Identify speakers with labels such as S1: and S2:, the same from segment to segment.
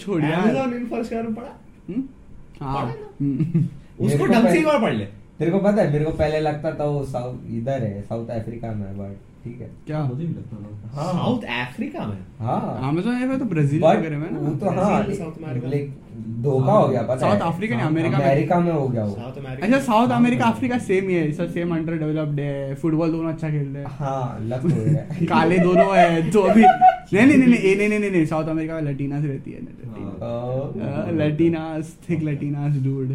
S1: छोड़ यार
S2: Amazon Infoscare में पढ़ा
S1: हम्म? हाँ
S2: पढ़ा ना।
S1: हम्म।
S2: उसको
S3: मेरे को हाँ।
S2: ढंग से
S3: पह-
S2: एक बार पढ़ ले
S3: तेरे को पता है मेरे को पहले लगता था वो साउथ इधर है साउथ अफ्रीका में बट ठीक है
S1: क्या
S4: मुझे भी लगता था
S3: हाँ।
S2: साउथ अफ्रीका में
S3: हाँ
S1: अमेजोन है तो ब्राजील
S3: But
S1: वगैरह में
S3: वो
S1: ना
S3: तो हाँ
S2: Brazil, South America.
S3: लाइक धोखा हो गया पता
S1: साउथ
S3: है
S1: अफ्रीका नहीं
S4: South
S1: अमेरिका में
S3: अमेरिका में हो गया वो
S2: साउथ अमेरिका
S1: अच्छा south
S4: South
S1: America
S4: America.
S1: Africa same ही है सब सेम अंडर डेवलप्ड है फुटबॉल दोनों अच्छा खेल रहे हैं
S3: हाँ लग हो गया
S1: काले दोनों है तो अभी नहीं नहीं नहीं नहीं नहीं नहीं नहीं साउथ अमेरिका में लटीनास रहती है Uh,
S3: हाँ।
S1: लटीनास थिक लटीनास डूड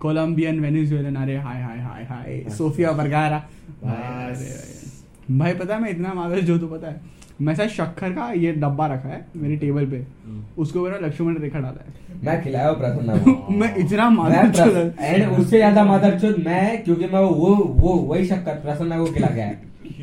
S1: कोलंबियन वेनेजुएलन अरे हाय हाय हाय हाय सोफिया वर्गारा
S2: बस।
S1: अरे भाई पता है मैं इतना मागर जो तो पता है मैं शायद शक्कर का ये डब्बा रखा है मेरी टेबल पे
S3: Hmm.
S1: उसके ऊपर ना लक्ष्मण रेखा डाला है
S3: मैं खिलाया हूँ प्रथम नाम
S1: मैं इतना
S3: Oh.
S1: तो-
S3: मैं
S1: मालूम चला
S3: प्र- एंड उससे ज्यादा मदरचोद मैं क्योंकि मैं वो वो वही शक्कर प्रसन्ना को खिला गया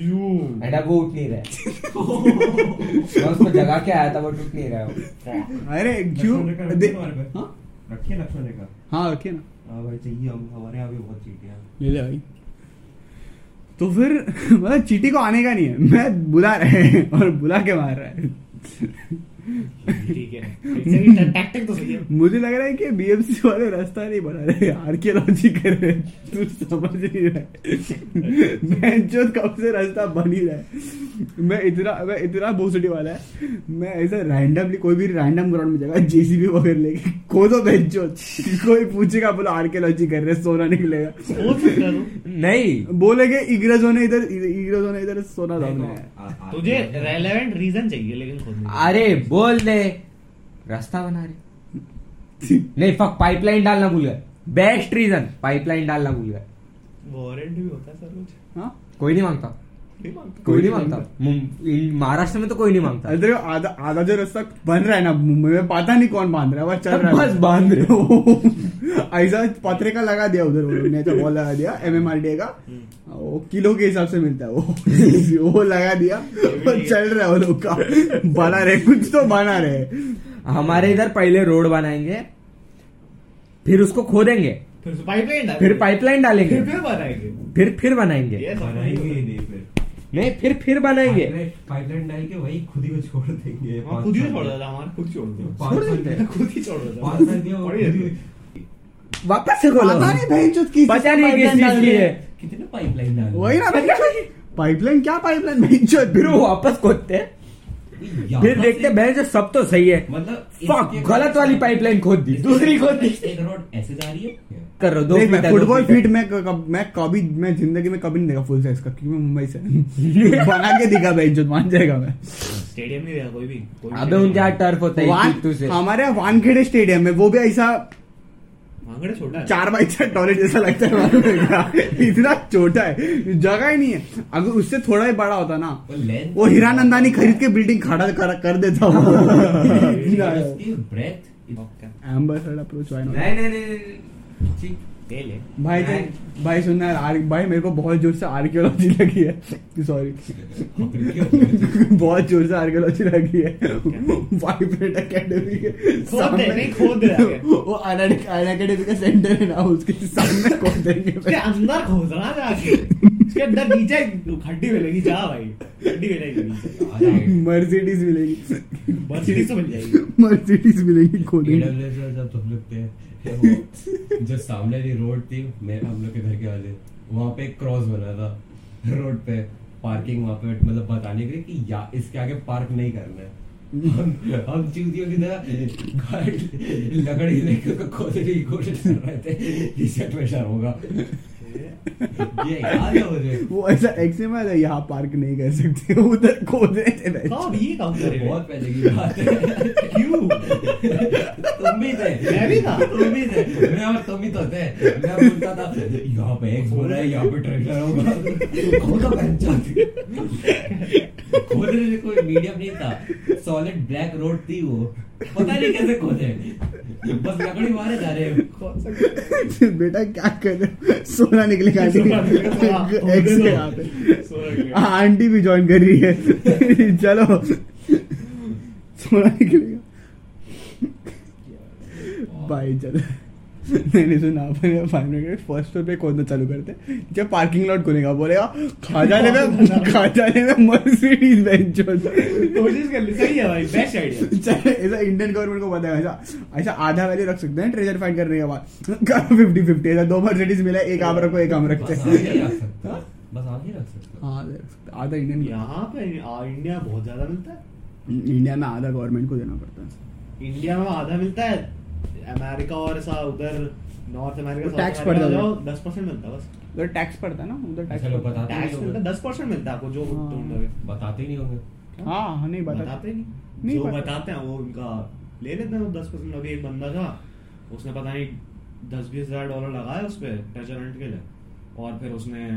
S2: यू
S3: एंड अब वो उठ नहीं रहा है। मैं उसको जगा के आया था बट उठ नहीं रहा है वो।
S1: अरे क्यों
S4: लक्ष्मण रेखा
S1: दे-
S4: तुम्हारे पे?
S1: हाँ?
S4: रखिए लक्ष्मण रेखा
S1: हाँ रखिए ना
S4: हाँ भाई चाहिए हम हमारे यहाँ भी बहुत चीटे हैं
S1: ले ले भाई तो फिर मतलब चीटी को आने का नहीं है मैं बुला रहे हैं और बुला के मार रहा है
S2: ठीक है एक टैक्टिक तो सही है
S1: मुझे लग रहा है कि बीएमसी वाले रास्ता नहीं बना रहे आर्कियोलॉजी कर रहे हैं। तू समझ नहीं रहा मैं जो कब से रास्ता बन ही रहा है मैं इतना मैं इतना भोसड़ी वाला है मैं ऐसा रैंडमली कोई भी रैंडम ग्राउंड में जगह जेसीबी वगैरह लेके खोदो बेंच कोई पूछेगा बोला आर्कियोलॉजी कर रहे हैं, सोना निकलेगा
S2: सोच सकता है तू।
S3: नहीं
S1: बोलेंगे इंग्रजों ने इधर इंग्रजों ने इधर सोना दामना है
S4: आ- आ-
S2: तुझे रेलेवेंट रीजन चाहिए लेकिन खुद नहीं।
S3: अरे बोल दे रास्ता बना रहे नहीं फक पाइपलाइन डालना भूल गए बेस्ट रीजन पाइपलाइन डालना भूल गए
S2: वारंट भी होता है सर कुछ
S1: हाँ?
S3: कोई नहीं मांगता
S2: नहीं मांगता
S3: कोई नहीं मांगता मुं- इन- महाराष्ट्र में तो कोई नहीं मांगता
S1: अरे तेरे को आधा आधा जो रास्ता बन रहा है ना मुंबई में पता नहीं कौन बांध रहा है वह चल रहा है
S3: बस बांध रहे हो
S1: हो। ऐसा पत्रे का लगा दिया उधर वो लोग ने तो वो लगा दिया एमएमआरडीए का
S3: हम्म।
S1: वो किलो के हिसाब से मिलता है वो वो लगा दिया वो चल रहा है वो लोग का बना रहे कुछ तो बना रहे
S3: हमारे इधर पहले रोड बनाएंगे फिर उसको खोदेंगे
S2: फिर से पाइपलाइन डालेंगे।
S3: फिर पाइपलाइन डालेंगे
S2: फिर फिर बनाएंगे
S3: फिर फिर बनाएंगे
S2: ये सब
S4: बनाएंगे ही नहीं फिर
S3: नहीं फिर फिर बनाएंगे
S4: पाइपलाइन- पाइपलाइन डाल के वही खुद ही को छोड़ देंगे
S2: हाँ, खुद ही छोड़ देता हमारा खुद छोड़ देता
S4: पाँच साल के-
S2: खुद ही छोड़ देता
S4: पाँच साल के वो
S2: पड़ी रहती
S4: खुद
S2: है।
S4: ही-
S3: वापस से खोलो
S1: पता नहीं भाई जो किस
S3: पता नहीं किस
S1: pipeline
S3: चीज
S1: डाल
S3: की
S1: रहे
S3: है
S1: हैं।
S4: कितने पाइपलाइन डाल
S1: वही ना पाइपलाइन क्या पाइपलाइन भाई जो
S3: फिर वो वापस खोदते हैं फिर देखते हैं, बहन जो सब तो सही है
S4: मतलब
S3: फक
S4: इसके-
S3: गलत वाली पाइपलाइन खोद दी दूसरी खोद दी
S4: एक रोड ऐसे जा रही है
S3: कर रहा हूं, दो
S1: देख मैं
S3: फीट है, दो
S1: फुटबॉल
S3: है।
S1: फीट मैं क- कब- मैं कभी मैं जिंदगी में कभी नहीं देखा फुल साइज का क्योंकि मैं मुंबई से हूं। बना के दिखा भाई इज्जत मान जाएगा मैं
S2: स्टेडियम नहीं देखा कोई भी कोई भी
S3: अबे
S2: stadium।
S3: उनके यहाँ टर्फ होता है
S1: वान-
S3: एक से
S1: हमारे यहाँ वानखेड़े स्टेडियम है वो भी ऐसा
S2: भांगड़े छोटा है।
S1: चार बाई चार टॉयलेट जैसा लगता है वानखेड़े का। इतना छोटा है जगह ही नहीं है अगर उससे थोड़ा ही बड़ा होता ना
S4: वो length-
S1: वो हीरानंदानी खरीद के बिल्डिंग खड़ा कर, कर देता वो
S4: उसकी breadth
S2: Okay.
S1: Amber Heard approach
S3: नहीं नहीं नहीं, नहीं ठीक।
S2: ले ले
S1: भाई तो- भाई सुनना है, आर- भाई मेरे को बहुत जोर से आर्कियोलॉजी लगी है सॉरी बहुत जोर से आर्कियोलॉजी लगी है वाइब्रेट अकेडमी के
S2: खोद दे, नहीं खोद दे आगे।
S1: वो अकेडमी का सेंटर है ना उसके सामने खोद देंगे
S2: उसके अंदर खोदना जाके उसके अंदर नीचे खड्डी मिलेगी जा भाई खड्डी मिलेगी नीचे
S1: मर्सिडीज मिलेगी
S2: बर्सिटी से मिल जाएगी
S1: मर्सिडीज मिलेगी खोदेंगे
S4: AWS में जब तुम लोग थे वो जो सामने वाली रोड थी मेरे हम लोग के घर के वाले वहाँ पे एक क्रॉस बना था रोड पे पार्किंग वहाँ पे मतलब बताने के लिए कि या इसके आगे पार्क नहीं करना है हम हम चूतियों की तरह गाड़- लकड़ी लेकर उसको खोदने की कोशिश कर रहे थे रिसेट में शर होगा ये याद है मुझे
S1: वो ऐसा एक्सेम है यहाँ पार्क नहीं कर सकते उधर खोद रहे थे भाई।
S2: कौन ये काम कर
S4: बहुत पहले की बात है
S2: क्यों
S4: तुम भी थे
S2: मैं भी था।
S4: तुम भी थे मैं और तुम ही तो थे मैं बोलता था यहाँ पे एक बोला है यहाँ पे ट्रैक्टर होगा खोदा पहन जाती खोदने से तो कोई मीडियम नहीं था सॉलिड ब्लैक रोड थी वो पता नहीं कैसे खोदे बस लकड़ी मारे जा रहे हैं
S2: कौन सा
S1: बेटा क्या कर रहे हो? सोना निकलेगा आंटी
S2: सोना निकलेगा, हाँ, खोद तो
S1: एक्स
S2: दो।
S1: के यहाँ पे
S2: सोना निकलेगा।
S1: हाँ, आंटी भी ज्वाइन कर रही है चलो सोना निकलेगा भाई चलो नहीं नहीं सुन आप फाइव मिनट फर्स्ट फ्लोर पे खोदना चालू करते जब पार्किंग लॉट खुलेगा बोलेगा खा जाने में खा जाने में मर्सिडीज बेंच
S2: कोशिश कर ले सही है भाई बेस्ट आइडिया
S1: चाहे अच्छा, ऐसा इंडियन गवर्नमेंट को बताया ऐसा ऐसा आधा वैल्यू रख सकते हैं ट्रेजर फाइंड करने के बाद फिफ्टी फिफ्टी ऐसा दो मर्सिडीज मिला एक आप रखो एक हम रखते
S4: बस
S1: हैं
S4: आगे रख सकते हो। बस आगे रख सकते हो।
S1: हाँ, रख सकते हैं। आधा इंडियन
S2: यहाँ पे आ, इंडिया बहुत ज्यादा मिलता है
S1: इंडिया में आधा गवर्नमेंट को देना पड़ता है
S2: इंडिया में आधा मिलता है अमेरिका और ऐसा उधर नॉर्थ
S1: वो
S2: अमेरिका
S1: tax पड़ जाता है।
S2: दस परसेंट मिलता है बस
S1: उधर टैक्स पड़ता है ना उधर
S2: हाँ।
S1: टैक्स
S4: चलो,
S1: पड़ता
S4: बताते
S2: टैक्स
S4: नहीं
S2: मिलता है
S4: होगा।
S2: दस परसेंट मिलता है आपको जो
S1: तो हाँ।
S2: ढूंढोगे
S4: बताते ही नहीं होंगे
S1: है हाँ हाँ, नहीं बता
S2: बताते
S1: नहीं
S2: नहीं जो
S1: पता।
S2: बताते हैं वो उनका ले लेते हैं वो दस परसेंट अभी एक बंदा था उसने पता नहीं दस बीस हजार डॉलर लगाया उस पर रेजोरेंट के लिए और फिर उसने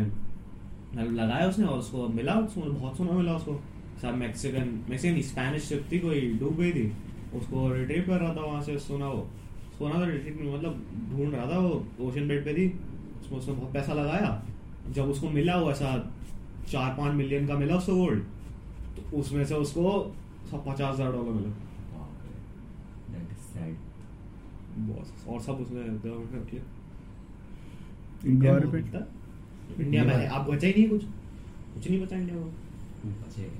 S2: लगाया उसने और उसको मिला उसको बहुत सोना मिला उसको सब मैक्सिकन मैक्सिकन स्पेनिश शिप थी कोई डूब गई थी उसको रिट्रीव कर रहा था वहाँ से सोना वो सोना तो रिट्रीव मतलब ढूंढ रहा था वो ओशन बेड पे थी उसमें उसने बहुत पैसा लगाया जब उसको मिला वो ऐसा चार पाँच मिलियन का मिला उसको गोल्ड तो उसमें से उसको सब पचास हजार डॉलर मिले
S4: That is sad.
S2: बॉस और सब उसने गवर्नमेंट ने रख लिया इंडिया में
S1: गवर्नमेंट
S2: मिलता है। इंडिया में है आप बचा ही नहीं कुछ कुछ नहीं बचा इंडिया को
S4: बचे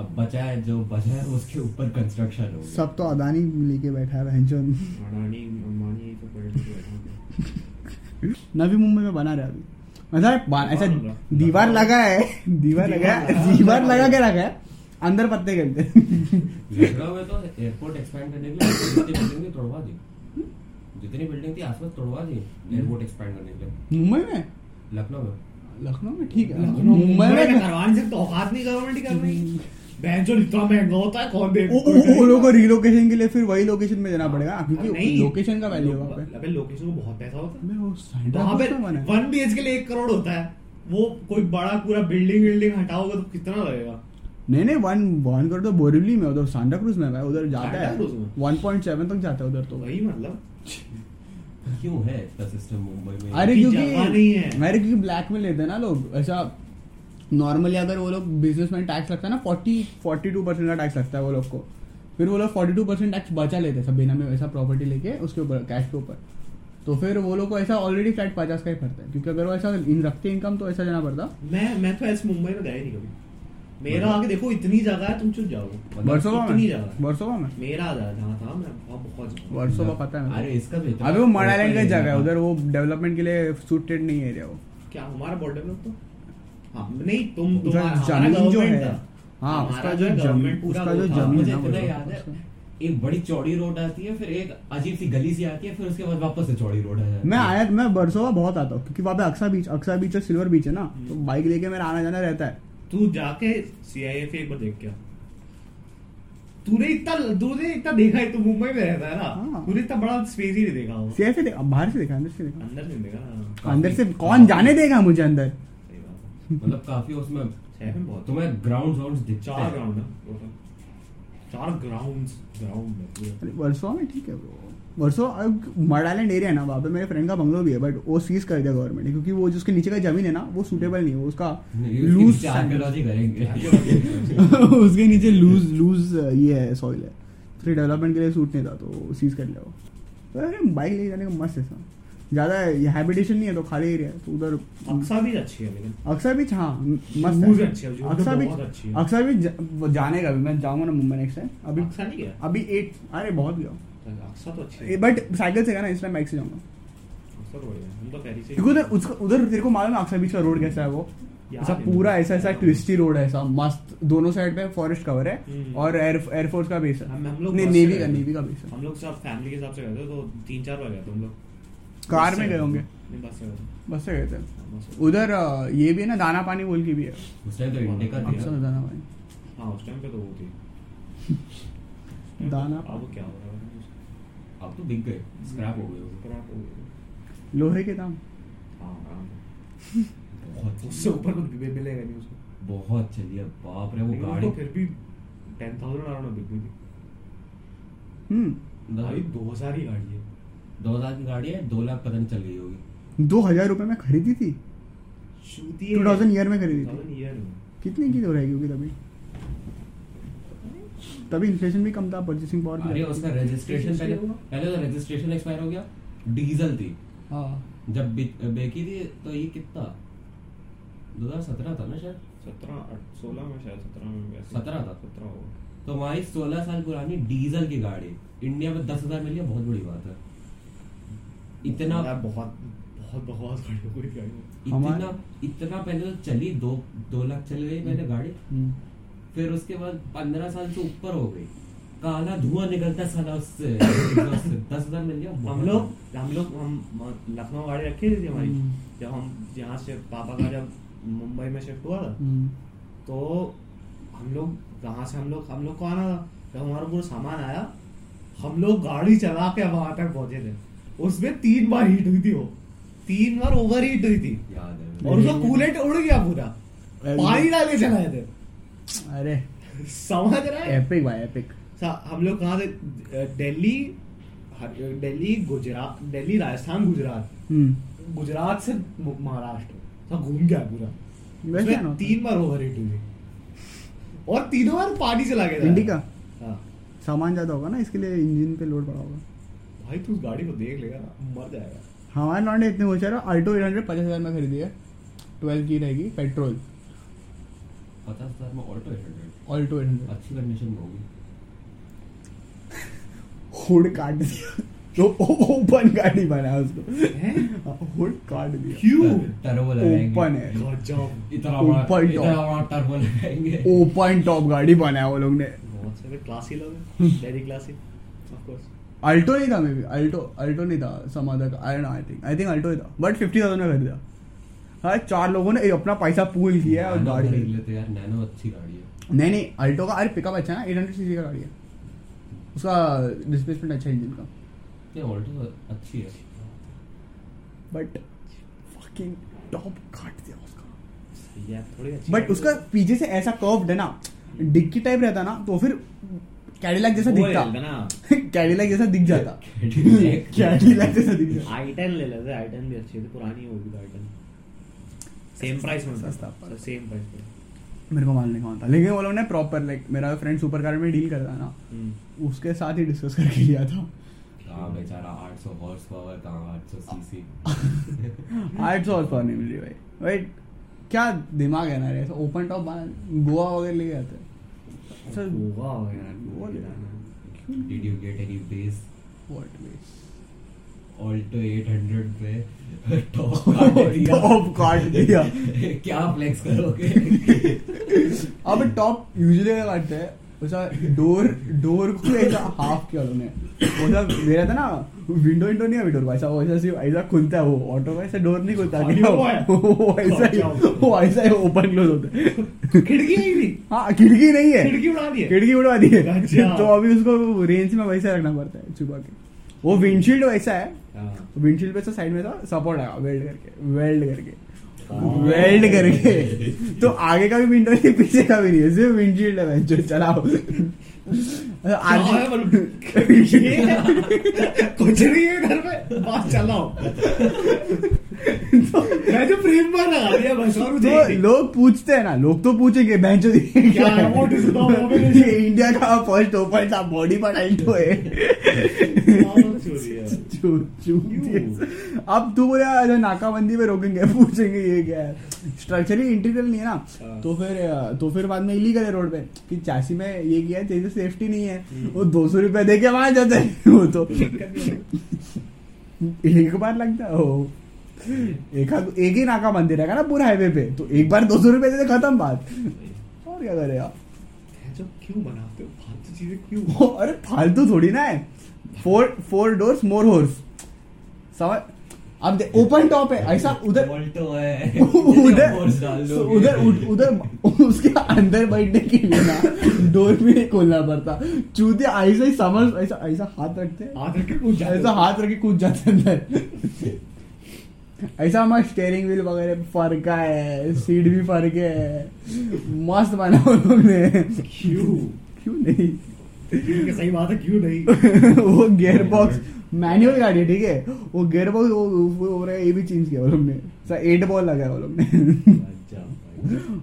S4: अब बचा है जो बचा है उसके ऊपर कंस्ट्रक्शन हो
S1: सब तो अदानी लेके बैठा है बहनचोद
S2: अडानी अंबानी ये सब बड़े लोग बैठे हैं।
S1: नवी मुंबई में बना रहा है अभी मतलब बा- ऐसा
S2: बना रहा।
S1: दीवार लगा है दीवार लगा है दीवार लगा के रखा है अंदर पत्ते खेलते हैं।
S4: लखनऊ में तो एयरपोर्ट एक्सपैंड करने के लिए जितनी बिल्डिंग थी तोड़वा दी जितनी बिल्डिंग थी आसपास तोड़वा दी एयरपोर्ट एक्सपैंड करने के लिए
S1: मुंबई में
S4: लखनऊ में
S1: लखनऊ में ठीक है
S2: लखनऊ
S1: मुंबई में
S2: करवाने से तो औकात नहीं गवर्नमेंट ही कर रही बैंक जो इतना महंगा होता है कौन दे
S1: वो- वो- वो लोगों को रीलोकेशन के लिए फिर वही लोकेशन में देना पड़ेगा हाँ, क्योंकि
S2: नहीं।
S1: लोकेशन का वैल्यू है वहाँ पे
S2: अबे लोकेशन को बहुत पैसा होता है
S1: अबे वो साइड
S2: वहाँ पे
S1: में बना है
S2: वन बी के लिए एक करोड़ होता है वो कोई बड़ा पूरा बिल्डिंग बिल्डिंग हटाओगे तो कितना लगेगा
S1: नहीं नहीं वन वन करो तो बोरिवली में उधर सांता क्रूज में है भाई उधर जाता
S2: सांता
S1: है
S2: क्रूज में?
S1: 1.7 तक जाता है उधर
S2: तो
S1: तो
S2: वही मतलब
S4: क्यों है इतना सिस्टम मुंबई में
S1: अरे
S2: की
S1: क्योंकि
S2: जगह नहीं है।
S1: अरे क्योंकि ब्लैक में लेते हैं ना लोग ऐसा नॉर्मली अगर वो लोग बिजनेस में टैक्स लगता है ना फोर्टी फोर्टी टू परसेंट का टैक्स लगता है वो लोग को फिर वो लोग फोर्टी टू परसेंट टैक्स बचा लेते हैं सब बिना में वैसा प्रॉपर्टी लेके उसके ऊपर कैश के ऊपर तो फिर वो लोग को ऐसा ऑलरेडी फ्लैट पचास का ही पड़ता है क्योंकि अगर वो ऐसा इन रखते इनकम तो ऐसा जाना पड़ता
S2: मैं मैं तो ऐसे मुंबई में गया ही नहीं कभी मेरा
S4: बराबर।
S2: आके देखो इतनी जगह है तुम चुप जाओ
S1: वर्सोवा
S2: कितनी
S1: में
S2: जगह?
S1: वर्सोवा में
S2: मेरा आधा जहाँ था मैं वहाँ बहुत जाऊँ
S1: वर्सोवा पता है
S4: मतलब अरे
S1: मेरे
S4: इसका भी
S1: को।
S4: इतना-
S1: अबे वो मडालैंड का
S4: ऊपर
S1: जगह है
S4: नहीं
S1: उधर वो डेवलपमेंट के लिए सूटेड नहीं एरिया वो
S2: क्या हमारा बॉर्डर डेवलप तो हाँ नहीं तुम
S1: उसका
S2: तुम्हारा हमारा
S1: जमीन जो
S2: government
S1: है
S2: था।
S1: हाँ
S2: हमारा
S1: उसका जो
S2: government
S1: जमीन
S2: पूरा
S1: उसका
S2: वो
S1: जो
S2: था।
S1: जमीन
S4: हाँ, मुझे
S1: है ना
S4: इतना
S1: वर्सोवा
S4: याद है
S1: उसका।
S4: एक बड़ी चौड़ी रोड आती है फिर एक अजीब सी गली सी आती है फिर उसके बाद वापस से चौड़ी रोड है
S1: मैं आया मैं बरसोवा बहुत आता हूँ क्योंकि वहाँ पे अक्सा बीच अक्सा बीच और सिल्वर बीच है ना तो बाइक लेके मेरा आना जाना रहता है
S2: तू जाके सीआईएफ एक बार देख क्या तूने इतना तूने इतना देखा है तू मुंबई में रहता है ना
S1: हाँ।
S2: तूने इतना बड़ा स्पेस ही नहीं देखा होगा
S1: सीआई से देखा बाहर से देखा अंदर से देखा
S2: अंदर नहीं देखा ना
S1: अंदर से कौन जाने देगा मुझे अंदर
S2: सही बात है।
S4: मतलब काफी उसमें
S2: शहर में बहुत
S4: तुम्हें ग्राउंड ग्राउंड दिखते
S2: चार
S4: हैं
S2: ग्राउंड है total। चार ग्राउंड ग्राउंड है पूरे।
S1: अरे वर्सोवा में ठीक है ब्रो वर्सोवा अब मड आइलैंड एरिया है ना वहाँ पे मेरे फ्रेंड का बंगलो भी है बट वो सीज कर दिया गवर्नमेंट ने क्योंकि वो जिसके नीचे का जमीन है ना वो सूटेबल नहीं है वो उसका लूज
S4: आर्कियोलॉजी करेंगे
S1: उसके नीचे लूज लूज ये है सॉइल है फिर डेवलपमेंट के लिए सूट नहीं था तो सीज कर लिया वो तो अरे बाइक ले जाने का मस्त है सब ज़्यादा हैबिटेशन नहीं है तो खाली एरिया है तो उधर
S2: अक्सा भी अच्छी है लेकिन
S1: अक्सर बीच हाँ मस्त
S2: Zoos
S1: है
S2: अच्छे हैं, zoos
S1: अक्सर
S2: तो
S1: बीच
S2: बहुत अच्छी है।
S1: अक्सर बीच जा- जाने का भी मैं जाऊंगा ना मुंबई नेक्स्ट टाइम अभी
S2: अक्सा नहीं गया
S1: अभी एट अरे बहुत गया
S2: अक्सा तो अच्छी है
S1: बट साइकिल से गया ना इस टाइम बाइक से जाऊंगा
S2: अक्सा तो बढ़िया है। हम तो फेरी से
S1: क्योंकि उधर उसका उधर तेरे को मालूम है अक्सर बीच का रोड कैसा है वो
S2: यार,
S1: ऐसा
S2: ये
S1: पूरा
S2: मुझे
S1: ऐसा ऐसा
S2: पता है।
S1: ट्विस्टी रोड है ऐसा मस्त दोनों साइड पे फॉरेस्ट कवर है
S2: हम्म।
S1: और एयर एयरफोर्स का बेस है
S2: हम हम लोग
S1: नहीं
S2: बस से
S1: नेवी
S2: गए
S1: का
S2: थे।
S1: नेवी का बेस है
S2: हम लोग सब फैमिली के हिसाब से गए थे तो तीन चार बार गए थे हम लोग
S1: कार
S2: बस
S1: में
S2: से
S1: गए होंगे
S2: नहीं बस से गए थे
S1: बस से गए थे
S2: हाँ, बस से।
S1: उधर अ, ये भी है ना दाना पानी बोल की भी है
S4: उस टाइम तो इंडिका थी
S1: अक्सर दाना पानी
S2: हाँ उस टाइम पे तो वो थी हम्म।
S1: दाना
S2: अब क्या हो रहा है
S4: अब तो बिक गए स्क्रैप हो गए वो।
S2: क्रैप हो गया
S1: लोहे के दाम
S2: हाँ आराम से। उससे
S4: बहुत
S2: ऊपर कुछ भी मिलेगा नहीं उसको
S4: बहुत चली है बाप रे वो
S2: लेकिन
S4: गाड़ी
S2: उनको फिर भी टेन थाउजेंड अराउंड बिक गई थी
S1: हम्म
S2: भाई
S4: दो
S2: दो हजार ही गाड़ी है
S4: हजार की गाड़ी है दो लाख पतन चल गई होगी
S1: दो हजार रुपये में खरीदी थी
S2: शूती
S1: 2000 ईयर में खरीदी थी तो
S2: थाउजेंड ईयर में
S1: कितने की हो रहेगी होगी तभी तभी इन्फ्लेशन भी कम था परचेसिंग पावर
S4: अरे उसका रजिस्ट्रेशन पहले पहले तो रजिस्ट्रेशन एक्सपायर हो गया डीजल थी
S1: हाँ
S4: जब बे- बेची थी तो ये कितना 2017 था ना शायद
S2: सत्रह सोलह में शायद सत्रह में वैसे।
S4: 17 था।
S2: सत्रह होगा
S4: तो हमारी 16 साल पुरानी डीजल की गाड़ी इंडिया में दस हजार मिल गया बहुत बड़ी बात है इतना
S2: यार बहुत बहुत बहुत खड़ी हो गई गाड़ी
S4: इतना इतना पहले तो चली दो दो लाख चल गई पहले
S1: हम्म।
S4: गाड़ी फिर उसके बाद पंद्रह साल से ऊपर हो गई काला धुआं निकलता साला उससे exhaust से। दस हजार मिल गया बहुत
S2: हम लोग हम लोग हम लखनऊ गाड़ी रखी थी हमारी
S1: हम्म।
S2: जब हम यहाँ से पापा का जब मुंबई में शिफ्ट हुआ था
S1: हम्म।
S2: तो हम लोग वहाँ से हम लोग हम लोग को आना था जब हमारा पूरा सामान आया हम लोग गाड़ी चला के वहाँ तक पहुँचे थे उसमें तीन बार हीट हुई थी वो तीन बार ओवर हीट हुई थी
S4: याद है
S2: और उसका कूलेट उड़ गया पूरा पानी डाल के चलाए थे
S1: अरे
S2: समझ रहा है
S1: एपिक भाई एपिक
S2: सा- हम लोग कहाँ थे दिल्ली हर- दिल्ली गुजरात दिल्ली राजस्थान गुजरात
S1: हम्म।
S2: गुजरात से मु- महाराष्ट्र सब घूम गया पूरा
S1: वैसे
S2: उसमें
S1: ना
S2: तीन बार ओवर हिट हुई और तीनों बार पानी चला गया था।
S1: इंडिका
S2: हाँ
S1: सामान ज्यादा होगा ना इसके लिए इंजन पे लोड पड़ा होगा
S2: भाई तू उस गाड़ी को देख लेगा ना, मर जाएगा
S1: हमारे लॉन्डे इतने होशियार हो अल्टो एट हंड्रेड पचास हजार में खरीदी है ट्वेल्व की रहेगी पेट्रोल
S4: पचास हजार में Alto eight hundred
S1: Alto eight hundred
S4: अच्छी कंडीशन में होगी
S1: हुड काट दिया तो ओपन गाड़ी बना उसको हाँ,
S2: हैं?
S1: हुड काट दिया
S2: क्यों
S4: टर्बो
S1: ओपन
S4: लगाएंगे
S1: है
S2: गॉड जाओ
S4: इतना बड़ा
S1: Open
S4: इतना
S1: top.
S4: बड़ा टर्बो लगाएंगे
S1: ओपन टॉप गाड़ी बनाया वो लोग ने
S2: बहुत सारे क्लासी लोग हैं daddy classy of course
S1: Alto नहीं था मे बी अल्टो अल्टो नहीं था समाधा का I I think I think Alto ही था बट फिफ्टी थाउजेंड में खरीदा हाँ चार लोगों ने अपना पैसा पूल किया है और गाड़ी
S4: खरीद
S1: खरीदी
S4: लेते यार नैनो अच्छी गाड़ी है
S1: नहीं नहीं अल्टो का अरे पिकअप अच्छा है ना एट हंड्रेड सी का गाड़ी है उसका डिस्प्लेसमेंट अच्छा है इंजन का
S4: ये ऑल्टो अच्छी है
S1: बट फकिंग टॉप काट दिया उसका
S2: सही है थोड़ी अच्छी
S1: बट उसका पीछे से ऐसा कर्व्ड है ना डिक्की टाइप रहता ना तो फिर कैडिलैक जैसा
S2: ले
S1: दिखता
S2: ना
S1: कैडिलैक जैसा दिख जाता
S4: Cadillac।
S1: कैडिलैक जैसा दिख जाता
S2: आई टेन ले लेते आई टेन भी अच्छी थी पुरानी होगी तो आई टेन सेम प्राइस में
S1: सस्ता पड़ा।
S2: सेम प्राइस में
S1: मेरे को मालूम नहीं था लेकिन वो लोग ने प्रॉपर लाइक मेरा फ्रेंड सुपर कार में डील करता ना
S2: हम्म।
S1: उसके साथ ही डिस्कस करके लिया था
S4: हाँ बेचारा 800 हॉर्स पावर कहाँ 800 सीसी
S1: आठ सौ और नहीं मिली भाई भाई क्या दिमाग है ना रे ओपन टॉप गोवा वगैरह ले जाते हैं सर
S2: गोवा हो गया
S1: वो ले
S2: यार।
S4: Did you get any base
S1: what
S4: Alto 800 पे टॉप काट
S1: प्लेस
S4: दिया
S1: टॉप काट दिया
S4: क्या फ्लेक्स करोगे
S1: अब टॉप यूजुअली क्या काटते हैं उसका डोर डोर को ऐसा हाफ किया उन्होंने वो सब मेरा था ना विंडो विंडो नहीं है डोर को ऐसा वो ऐसा सिर्फ ऐसा खुलता है वो ऑटो का ऐसा डोर नहीं खुलता
S2: खाली
S1: क्या
S2: वो है।
S1: वो ऐसा ही वो ऐसा ही ओपन क्लोज होता है
S2: खिड़की आई थी
S1: हाँ खिड़की नहीं है
S2: खिड़की उड़ा दी है।
S1: खिड़की उड़ा दी है
S2: अच्छा।
S1: तो अभी उसको रेंज में वैसा रखना पड़ता है छुपा के वो विंडशील्ड वैसा है
S2: हाँ।
S1: विंडशील्ड पे साइड में था सपोर्ट आया वेल्ड करके वेल्ड करके
S2: हाँ।
S1: वेल्ड करके तो आगे का भी विंडो नहीं पीछे का भी नहीं है सिर्फ विंडशील्ड है जो चलाओ
S2: हाँ,
S1: आगे-
S2: मतलब ये है। कुछ नहीं है घर में बात चलाओ तो मैं जो फ्रेम पर लगा दिया बस और मुझे
S1: तो लोग पूछते हैं ना लोग तो पूछेंगे बेंचो
S2: क्या है? What is the combination?
S1: India का फर्स्ट ओपन था बॉडी पर अल्टो है
S2: पागल चोरी है।
S1: चू- चू-
S2: क्यों?
S1: अब तो तू बोला अरे नाकाबंदी में रोकेंगे पूछेंगे ये क्या है स्ट्रक्चरली इंटीग्रल नहीं है ना
S2: हाँ।
S1: तो फिर अ, तो फिर बाद में इलीगल है रोड पे कि चासी में ये किया है जैसे सेफ्टी नहीं है
S2: हम्म।
S1: वो दो सौ रुपया दे के वहां जाते हैं वो तो एक बार लगता है ओ एक हाथ- एक ही नाकाबंदी रहेगा ना पूरा हाईवे पे तो एक बार दो सौ रुपये दे दे, खत्म बात और क्या करे आप
S2: मैं जो क्यों बनाते हो फालतू चीजें क्यों
S1: वो- अरे फालतू थोड़ी ना है four four doors more horse समझ अब ओपन टॉप है ऐसा उधर
S4: ऑल्टो है
S1: उधर
S4: Horse डाल
S1: सो
S4: दोगे।
S1: उधर उध- उधर उसके अंदर बैठने के लिए ना डोर भी नहीं खोलना पड़ता चूते ऐसा ही समझ ऐसा ऐसा हाथ रखते हैं
S2: आदर के पूछ जाते
S1: ऐसा हाथ रख के कूद जाते हैं अंदर ऐसा मस्त स्टेयरिंग व्हील वगैरह फर्क है सीट भी फर्क है मस्त बना उन्होंने
S2: क्यों
S1: क्यों नहीं
S2: ठीक है, सही बात है क्यों नहीं
S1: वो गियर बॉक्स मैनुअल गाड़ी है ठीक है वो गियर बॉक्स वो वो- वो हो रहा है ये भी चेंज किया वो लोग ने एट बॉल लगा है वो लोग ने
S2: अच्छा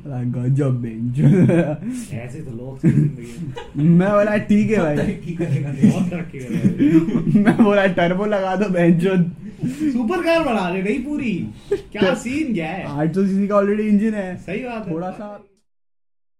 S2: भाई।
S1: गजब बेंच
S2: ऐसे तो लोग थे जिंदगी में।
S1: मैं बोला ठीक है भाई
S4: तरक्की करेगा
S2: बहुत तरक्की कर रहे हैं
S1: मैं बोला टर्बो लगा दो बेंच
S2: सुपर कार बना रहे नहीं पूरी क्या सीन क्या है
S1: आठ सौ सीसी का ऑलरेडी इंजन है
S2: सही बात है
S1: तो- थोड़ा सा